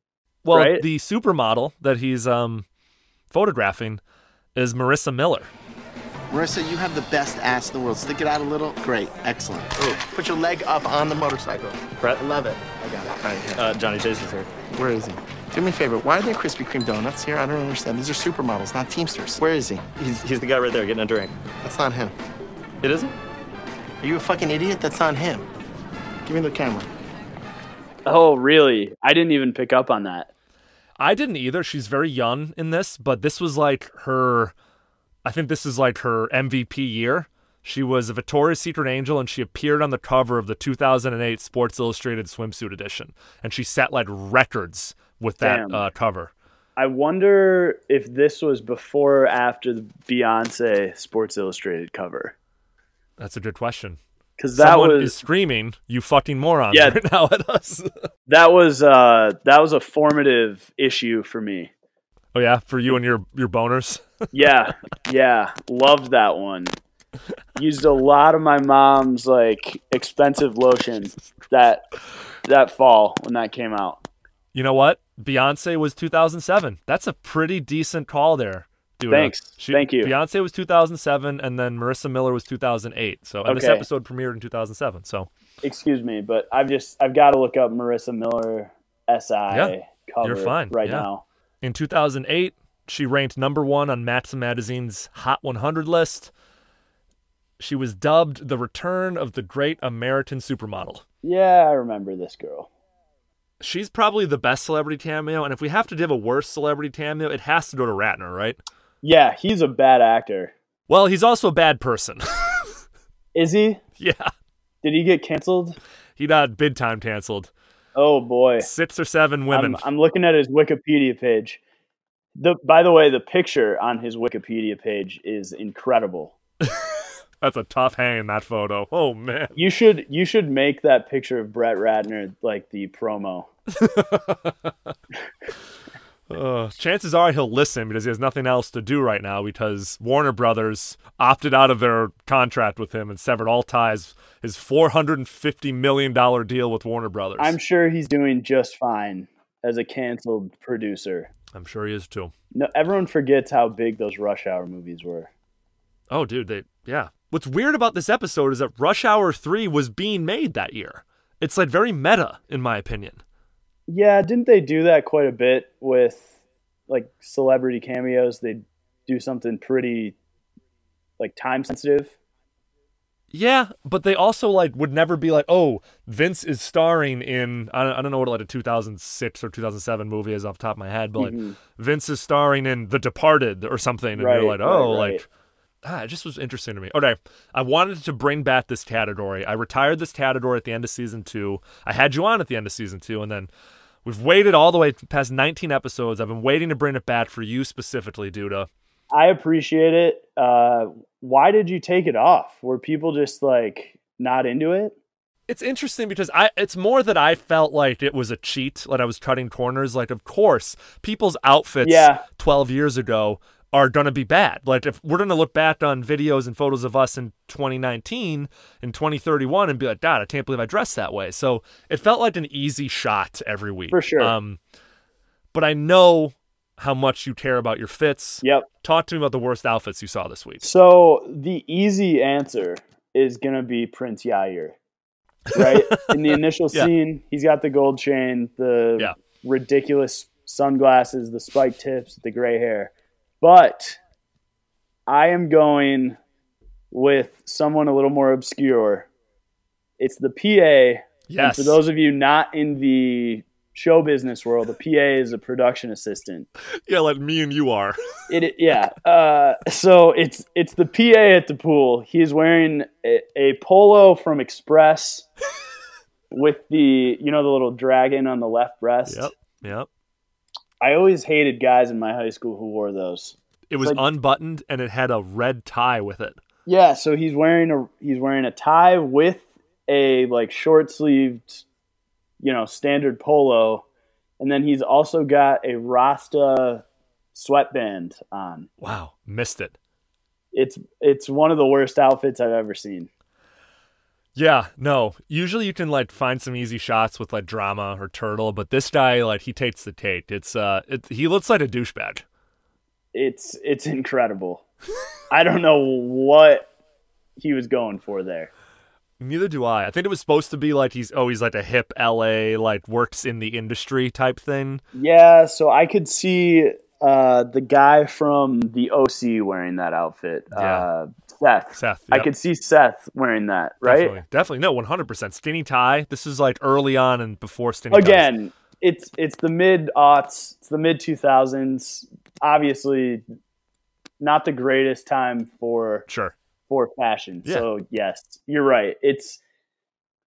Well,
right?
the supermodel that he's um, photographing is Marissa Miller.
Marissa, you have the best ass in the world. Stick it out a little. Great. Excellent. Put your leg up on the motorcycle. Brett? I love it. I got it.
Uh, Johnny Chaser's here.
Where is he? Do me a favor. Why are there Krispy Kreme donuts here? I don't understand. These are supermodels, not Teamsters. Where is he?
He's, he's the guy right there getting a drink.
That's not him.
It isn't?
Are you a fucking idiot? That's not him. Give me the camera.
Oh, really? I didn't even pick up on that.
I didn't either. She's very young in this, but this was like her. I think this is like her MVP year. She was a Victoria's Secret angel, and she appeared on the cover of the 2008 Sports Illustrated swimsuit edition, and she set like records with that
Damn.
uh, cover.
I wonder if this was before or after the Beyonce Sports Illustrated cover.
That's a good question.
'Cause that
Someone
was-
is screaming, "You fucking moron!"
Yeah.
right now at us.
That was uh, that was a formative issue for me.
oh yeah, for you and your your boners.
Yeah, yeah, loved that one. Used a lot of my mom's like expensive lotion that that fall when that came out.
You know what? Beyonce was 2007. That's a pretty decent call there. Dude,
Thanks. Thank you.
Beyonce was 2007, and then Marissa Miller was 2008. So, and this
Okay.
episode premiered in 2007. So,
Excuse me, but I've just I've got to look up Marissa Miller SI
yeah,
cover
you're fine
right
yeah.
now.
In 2008, she ranked number one on Match Magazine's Hot 100 list. She was dubbed the return of the great American supermodel.
Yeah, I remember this girl.
She's probably the best celebrity cameo, and if we have to give a worse celebrity cameo, it has to go to Ratner, right?
Yeah, he's a bad actor.
Well, he's also a bad person.
Is he?
Yeah.
Did he get canceled?
He got big time canceled.
Oh boy.
Six or seven women.
I'm, I'm looking at his Wikipedia page. The by the way, the picture on his Wikipedia page is incredible.
That's a tough hang in that photo. Oh man.
You should you should make that picture of Brett Ratner like the promo.
Ugh. chances are he'll listen because he has nothing else to do right now because Warner Brothers opted out of their contract with him and severed all ties. His four hundred and fifty million dollar deal with Warner Brothers.
I'm sure he's doing just fine as a canceled producer.
I'm sure he is too.
No, everyone forgets how big those Rush Hour movies were.
Oh dude, they yeah. What's weird about this episode is that Rush Hour Three was being made that year. It's like very meta, in my opinion.
Yeah, didn't they do that quite a bit with like celebrity cameos? They do something pretty like time sensitive.
Yeah, but they also like would never be like, oh, Vince is starring in I don't, I don't know what like a 2006 or 2007 movie is off the top of my head, but like
Mhm.
Vince is starring in The Departed or something, and
Right,
you're like,
right,
oh,
right.
like ah, it just was interesting to me. Okay, I wanted to bring back this category. I retired this category at the end of season two. I had you on at the end of season two, and then we've waited all the way past 19 episodes. I've been waiting to bring it back for you specifically, Duda.
I appreciate it. Uh, why did you take it off? Were people just like not into it?
It's interesting because I it's more that I felt like it was a cheat, like I was cutting corners. Like of course, people's outfits
Yeah.
twelve years ago are gonna be bad. Like if we're gonna look back on videos and photos of us in twenty nineteen and twenty thirty one and be like, God, I can't believe I dressed that way. So it felt like an easy shot every week.
For sure.
Um but I know how much you care about your fits.
Yep.
Talk to me about the worst outfits you saw this week.
So the easy answer is gonna be Prince Yair, right? In the initial
Yeah.
scene, he's got the gold chain, the ridiculous sunglasses, the spiked tips, the gray hair. But I am going with someone a little more obscure. It's the PA And
Yes.
for those of you not in the show business world, a PA is a production assistant.
Yeah, like me and you are.
It yeah. Uh, so it's it's the PA at the pool. He's wearing a, a polo from Express with the you know the little dragon on the left breast.
Yep. Yep.
I always hated guys in my high school who wore those.
It was
It's like-
unbuttoned and it had a red tie with it.
Yeah, so he's wearing a he's wearing a tie with a like short sleeved, you know, standard polo, and then he's also got a Rasta sweatband on.
Wow, missed it.
It's it's one of the worst outfits I've ever seen.
Yeah, no. Usually you can like find some easy shots with like drama or turtle, but this guy like he takes the Tate. It's uh, it, he looks like a douchebag.
It's it's incredible. I don't know what he was going for there.
Neither do I. I think it was supposed to be like he's oh he's like a hip LA like works in the industry type thing.
Yeah, so I could see uh, the guy from the OC wearing that outfit. Uh, Seth.
Seth.
I
yep.
could see Seth wearing that, right?
Definitely, definitely. No, one hundred percent. Skinny tie. This is like early on and before skinny ties.
Again, it's it's the mid aughts, it's the mid two thousands. Obviously, not the greatest time for
sure
for fashion. So yes, you're right. It's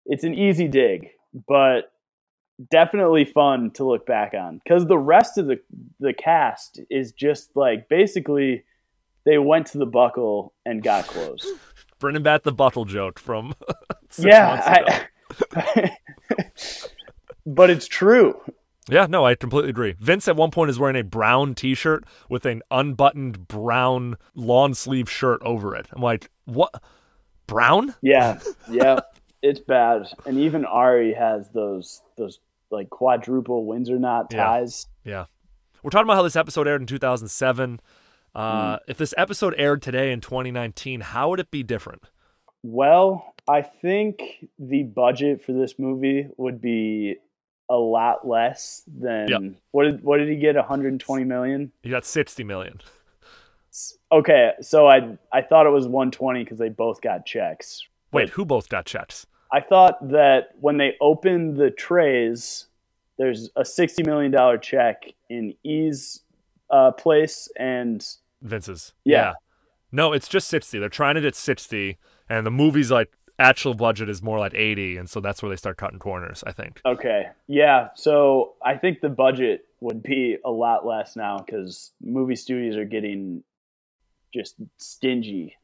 it's an easy dig, but definitely fun to look back on because the rest of the the cast is just like basically they went to the buckle and got clothes.
Bringing back the bottle joke from six
yeah,
months ago.
I- but it's true.
Yeah, no, I completely agree. Vince at one point is wearing a brown t-shirt with an unbuttoned brown long sleeve shirt over it. I'm like, what? Brown?
Yeah, yeah, it's bad. And even Ari has those those like quadruple Windsor knot
Yeah.
ties.
Yeah. We're talking about how this episode aired in 2007. Uh, If this episode aired today in 2019, how would it be different?
Well, I think the budget for this movie would be a lot less than
Yep.
what did what did he get 120 million?
You got 60 million.
Okay, so I I thought it was 120 cuz they both got checks.
Wait, who both got checks?
I thought that when they open the trays, there's a 60 million dollar check in E's uh, place and
Vince's.
Yeah.
No, it's just 60. They're trying it at 60, and the movie's like actual budget is more like 80, and so that's where they start cutting corners, I think.
Okay. Yeah. So I think the budget would be a lot less now because movie studios are getting just stingy.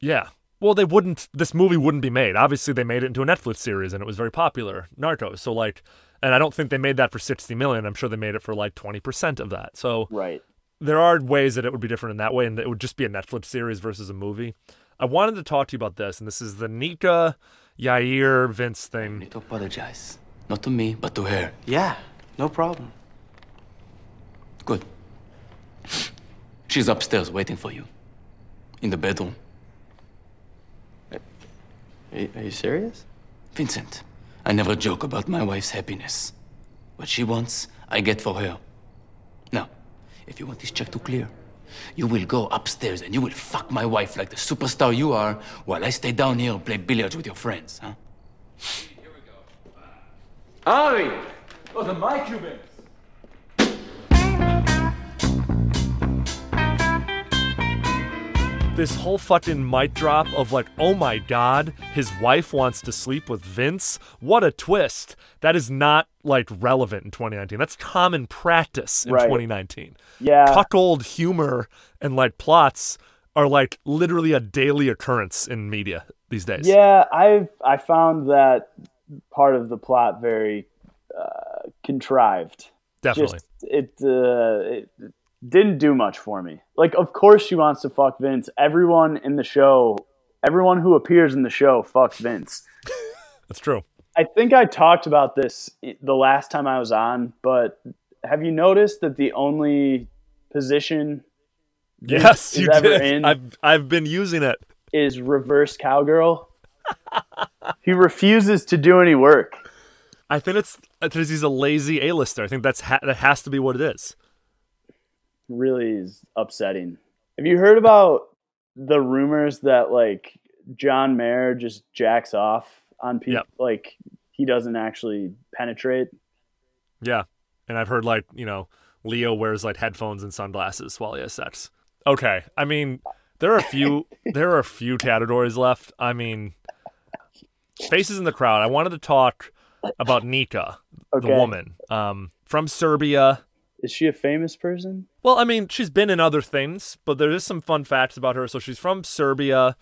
Yeah. Well, they wouldn't. This movie wouldn't be made. Obviously, they made it into a Netflix series, and it was very popular, Narcos. So, like, and I don't think they made that for sixty million. I'm sure they made it for like twenty percent of that. So,
right.
There are ways that it would be different in that way, and it would just be a Netflix series versus a movie. I wanted to talk to you about this, and this is the Nika, Yair, Vince thing. need
to apologize, not to me, but to her.
Yeah, no problem.
Good. She's upstairs waiting for you. In the bedroom. Are, you serious? Vincent, I never joke about my wife's happiness. What she wants, I get for her. Now, if you want this check to clear, you will go upstairs and you will fuck my wife like the superstar you are while I stay down here and play billiards with your friends, huh?
Ari! Those are my Cubans.
this whole fucking mic drop of like, oh my god, his wife wants to sleep with Vince. What a twist. That is not like relevant in 2019. That's common practice in
Right.
2019.
Yeah.
Cuckold humor and like plots are like literally a daily occurrence in media these days.
Yeah, I I found that part of the plot very uh, contrived.
Definitely.
Just- it, uh, it didn't do much for me. Like, of course she wants to fuck Vince. Everyone in the show, everyone who appears in the show, fucks Vince.
That's true.
I think I talked about this i- the last time I was on, but have you noticed that the only position Vince
Yes,
is
you
ever
did.
in
I've I've been using it.
is reverse cowgirl? he refuses to do any work.
I think it's because he's a lazy A-lister. I think that's ha- that has to be what it is.
Really is upsetting. Have you heard about the rumors that like John Mayer just jacks off on people?
Yep.
Like he doesn't actually penetrate.
Yeah. And I've heard like, you know, Leo wears like headphones and sunglasses while he has sex. Okay. I mean, there are a few there are a few categories left. I mean Faces in the Crowd. I wanted to talk about Nika, the
Okay.
woman. Um from Serbia.
Is she a famous person?
Well, I mean, she's been in other things, but there is some fun facts about her. So she's from Serbia.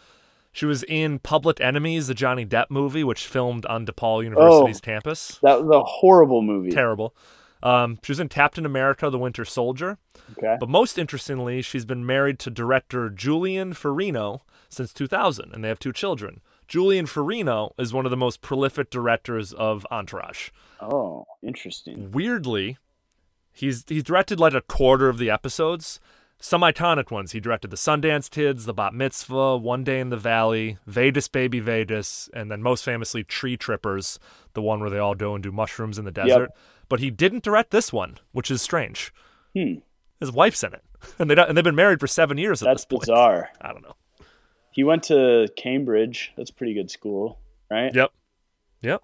She was in Public Enemies, the Johnny Depp movie, which filmed on DePaul University's campus.
That was a horrible movie.
Terrible. Um, she was in Captain America: The Winter Soldier.
Okay.
But most interestingly, she's been married to director Julian Farino since 2000, and they have two children. Julian Farino is one of the most prolific directors of Entourage.
Oh,
mm,
interesting.
Weirdly, he's he's directed like a quarter of the episodes. Some iconic ones. He directed The Sundance Kids, The Bat Mitzvah, One Day in the Valley, Vedas Baby Vedas, and then most famously Tree Trippers, the one where they all go and do mushrooms in the desert. But he didn't direct this one, which is strange.
Hmm.
His wife's in it, and they don't, and they've been married for seven years at
That's
this point.
bizarre.
I don't know.
He went to Cambridge. That's a pretty good school, right?
Yep. Yep.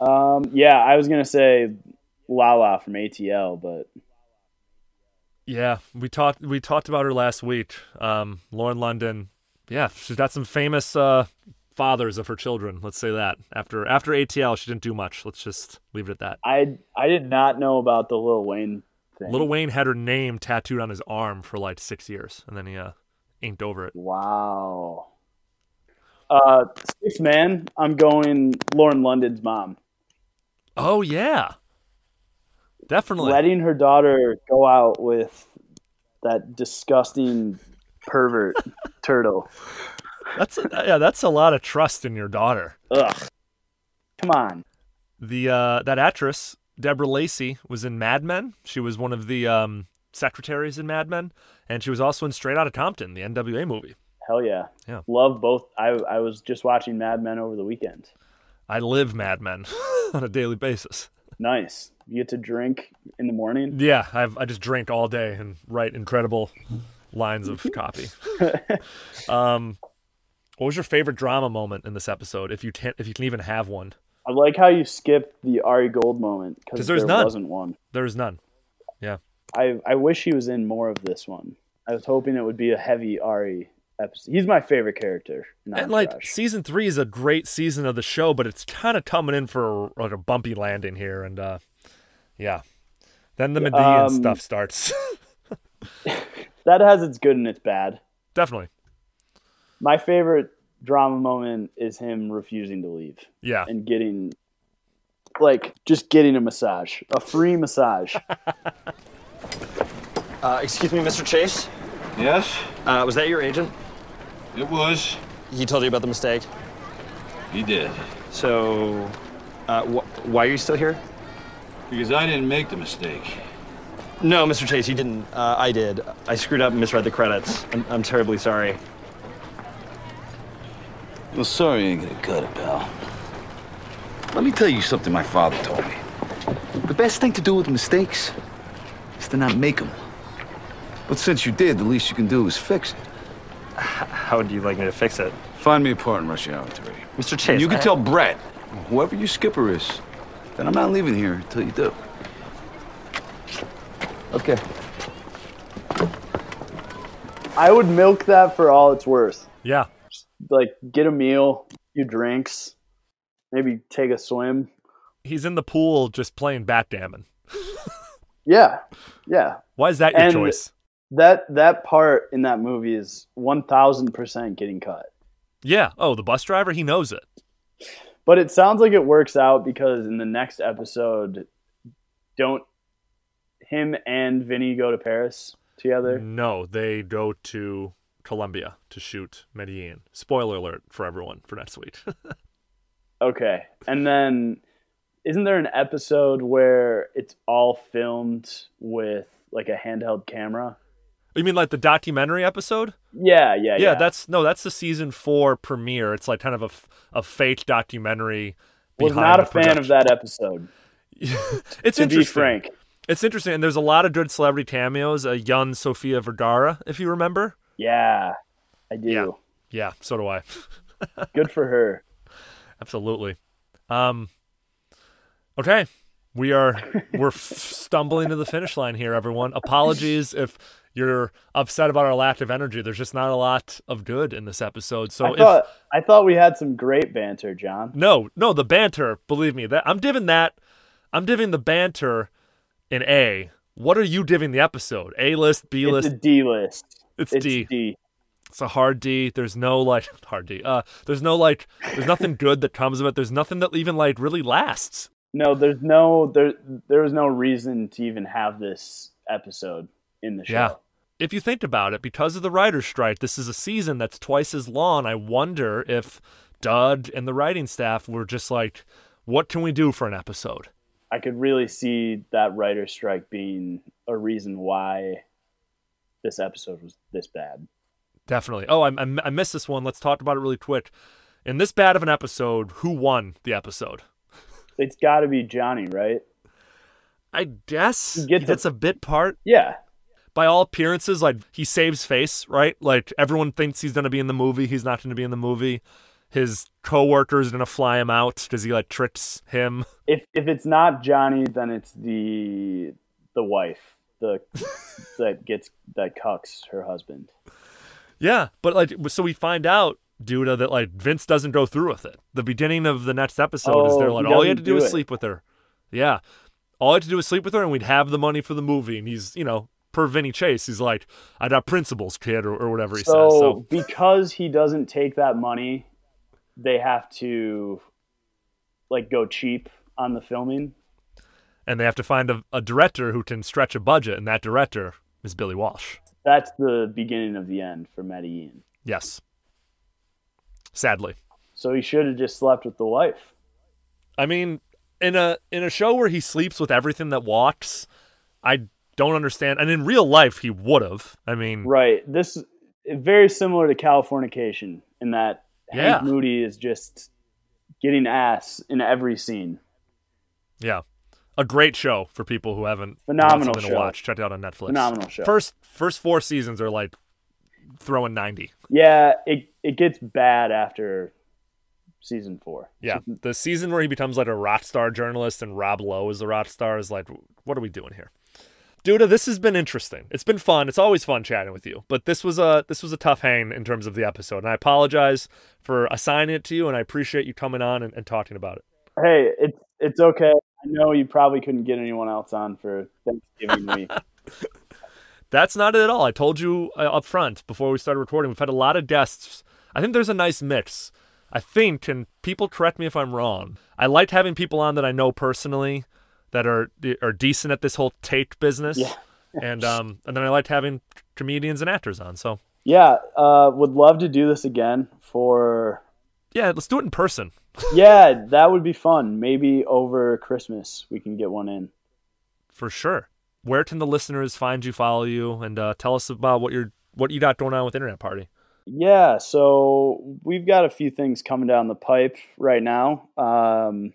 Um, yeah, I was gonna say Lala from ATL, but
Yeah, we talked we talked about her last week. Um, Lauren London. Yeah, she's got some famous uh, fathers of her children. Let's say that after after ATL, she didn't do much. Let's just leave it at that.
I I did not know about the Lil Wayne thing.
Little Wayne had her name tattooed on his arm for like six years, and then he uh, inked over it.
Wow. Uh, six man. I'm going Lauren London's mom.
Oh yeah, definitely.
Letting her daughter go out with that disgusting pervert turtle.
That's a, yeah, that's a lot of trust in your daughter.
Ugh. Come on.
The uh, that actress Deborah Lacey was in Mad Men. She was one of the um, secretaries in Mad Men, and she was also in Straight Outta Compton, the NWA movie.
Hell yeah.
Yeah.
Love both. I I was just watching Mad Men over the weekend.
I live Mad Men on a daily basis.
Nice. You get to drink in the morning.
Yeah, I've, I just drink all day and write incredible lines of copy. um, what was your favorite drama moment in this episode? If you can, if you can even have one,
I like how you skipped the Ari Gold moment because
because
there
there's none.
wasn't one.
There's none. Yeah.
I I wish he was in more of this one. I was hoping it would be a heavy Ari episode. He's my favorite character. in
And like season three is a great season of the show, but it's kind of coming in for a, like a bumpy landing here, and uh, yeah, then the
Yeah,
Medean
um,
stuff starts.
that has its good and its bad.
Definitely.
My favorite drama moment is him refusing to leave.
Yeah.
And getting like just getting a massage, a free massage.
Uh, excuse me, Mr. Chase? Yes? Uh, was that your agent? It was. He told you about the mistake? He did. So, uh, wh- why are you still here? Because I didn't make the mistake. No, Mr. Chase, you didn't. Uh, I did. I screwed up and misread the credits. I'm, I'm terribly sorry.
Well, sorry you ain't gonna cut it, pal. Let me tell you something my father told me. The best thing to do with mistakes is to not make them. But since you did, the least you can do is fix it.
How would you like me to fix it?
Find me a part in Rush Hour 3.
Mr. Chase.
And you can
I-
tell Brett, whoever your skipper is, that I'm not leaving here until you do.
Okay.
I would milk that for all it's worth.
Yeah.
Like get a meal, few drinks, maybe take a swim.
He's in the pool just playing backgammon.
Yeah. Yeah.
Why is that your
And
choice?
That that part in that movie is one thousand percent getting cut.
Yeah. Oh, the bus driver, he knows it.
But it sounds like it works out because in the next episode, don't him and Vinny go to Paris together?
No, they go to Colombia to shoot Medellin. Spoiler alert for everyone for next week. Mm-hmm.
Okay. And then isn't there an episode where it's all filmed with like a handheld camera?
you mean like the documentary episode?
Yeah, yeah, yeah.
that's no, that's the season four premiere. It's like kind of a, f- a fake documentary.
was
behind
not
the
a fan of
production.
that episode.
It's
to be
interesting.
frank.
It's interesting, and there's a lot of good celebrity cameos. Uh, Yun Sofia Vergara, if you remember.
Yeah, I do.
Yeah, yeah so do I.
Good for her.
Absolutely. Um, Okay, we are we're f- stumbling to the finish line here, everyone. Apologies if you're upset about our lack of energy. There's just not a lot of good in this episode. So
I
if
thought I thought we had some great banter, John.
no, no, the banter. Believe me, that I'm diving that. I'm diving the banter in A. What are you diving the episode? A list, B
It's
list,
a D list.
It's, D. It's a hard D. There's no like hard D. Uh, there's no like. There's nothing good that comes of it. There's nothing that even like really lasts.
No, there's no there there was no reason to even have this episode in the show.
Yeah. If you think about it, because of the writer's strike, this is a season that's twice as long. I wonder if Doug and the writing staff were just like, what can we do for an episode?
I could really see that writer strike being a reason why this episode was this bad.
Definitely. Oh, I, I, I missed this one. Let's talk about it really quick. In this bad of an episode, who won the episode?
It's got to be Johnny, right?
I guess he
gets,
a bit part.
Yeah.
By all appearances, like he saves face, right? Like everyone thinks he's gonna be in the movie. He's not gonna be in the movie. His coworker's gonna fly him out because he like tricks him.
If if it's not Johnny, then it's the the wife, the that gets that cucks her husband.
Yeah, but like, so we find out, Duda, that like Vince doesn't go through with it. The beginning of the next episode is they're
Oh,
like,
he
all you had to
doesn't
do
do
is
it.
sleep with her. Yeah, all I had to do is sleep with her, and we'd have the money for the movie. And he's, you know, per Vinny Chase, he's like, I got principles, kid, or, or whatever he says.
So
So
because he doesn't take that money, they have to like go cheap on the filming.
and they have to find a, a director who can stretch a budget, and that director is Billy Walsh.
That's the beginning of the end for Medellin.
Yes. Sadly.
So he should have just slept with the wife.
I mean, in a in a show where he sleeps with everything that walks, I don't understand. And in real life, he would have. I mean,
Right. This very similar to Californication in that
Yeah.
Hank Moody is just getting ass in every scene.
yeah, a great show for people who haven't who want
Phenomenal
something
show.
to watch. Check it out on Netflix.
Phenomenal show.
First first four seasons are like throwing ninety.
Yeah, it it gets bad after season four.
Yeah, Mm-hmm. the season where he becomes like a rock star journalist and Rob Lowe is the rock star is like, what are we doing here? Duda, this has been interesting. It's been fun. It's always fun chatting with you. But this was a this was a tough hang in terms of the episode, and I apologize for assigning it to you, and I appreciate you coming on and, and talking about it.
Hey, it's it's okay. I know you probably couldn't get anyone else on for Thanksgiving week.
That's not it at all. I told you uh, up front before we started recording. We've had a lot of guests. I think there's a nice mix. I think, and people correct me if I'm wrong. I like having people on that I know personally, that are are decent at this whole tape business,
Yeah.
and um, and then I liked having comedians and actors on. So
Yeah, uh, would love to do this again for.
yeah, let's do it in person.
Yeah, that would be fun. Maybe over Christmas we can get one in.
For sure. Where can the listeners find you, follow you, and uh, tell us about what you're what you got going on with Internet Party?
Yeah, so we've got a few things coming down the pipe right now. Um,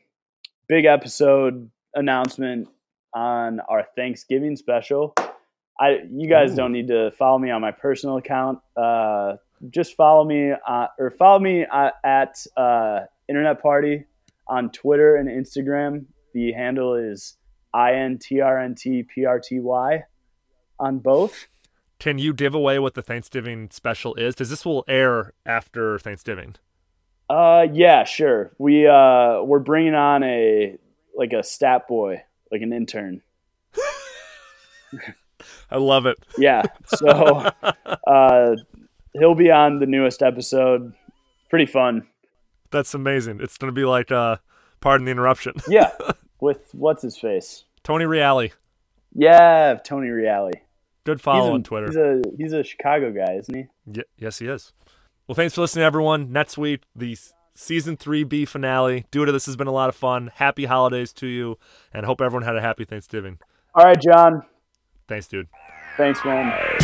big episode announcement on our Thanksgiving special. I you guys
Ooh.
don't need to follow me on my personal account. Uh, just follow me uh, or follow me uh, at uh, Internet Party on Twitter and Instagram. The handle is i n t r n t p r t y on both.
Can you give away what the Thanksgiving special is? Because this will air after Thanksgiving.
Uh, yeah, sure. We uh, we're bringing on a like a stat boy, like an intern.
I love it.
Yeah. So, uh, he'll be on the newest episode. Pretty fun.
That's amazing. It's going to be like, uh, pardon the interruption.
Yeah. With what's his face?
Tony Reale.
Yeah, Tony Reale.
Good follow
He's a-
on Twitter.
He's a he's a Chicago guy, isn't he?
Ye- yes, he is. Well, thanks for listening, everyone. Next week, the s- season 3B finale. Duda, this has been a lot of fun. Happy holidays to you, and hope everyone had a happy Thanksgiving.
All right, John.
Thanks, dude.
Thanks, man.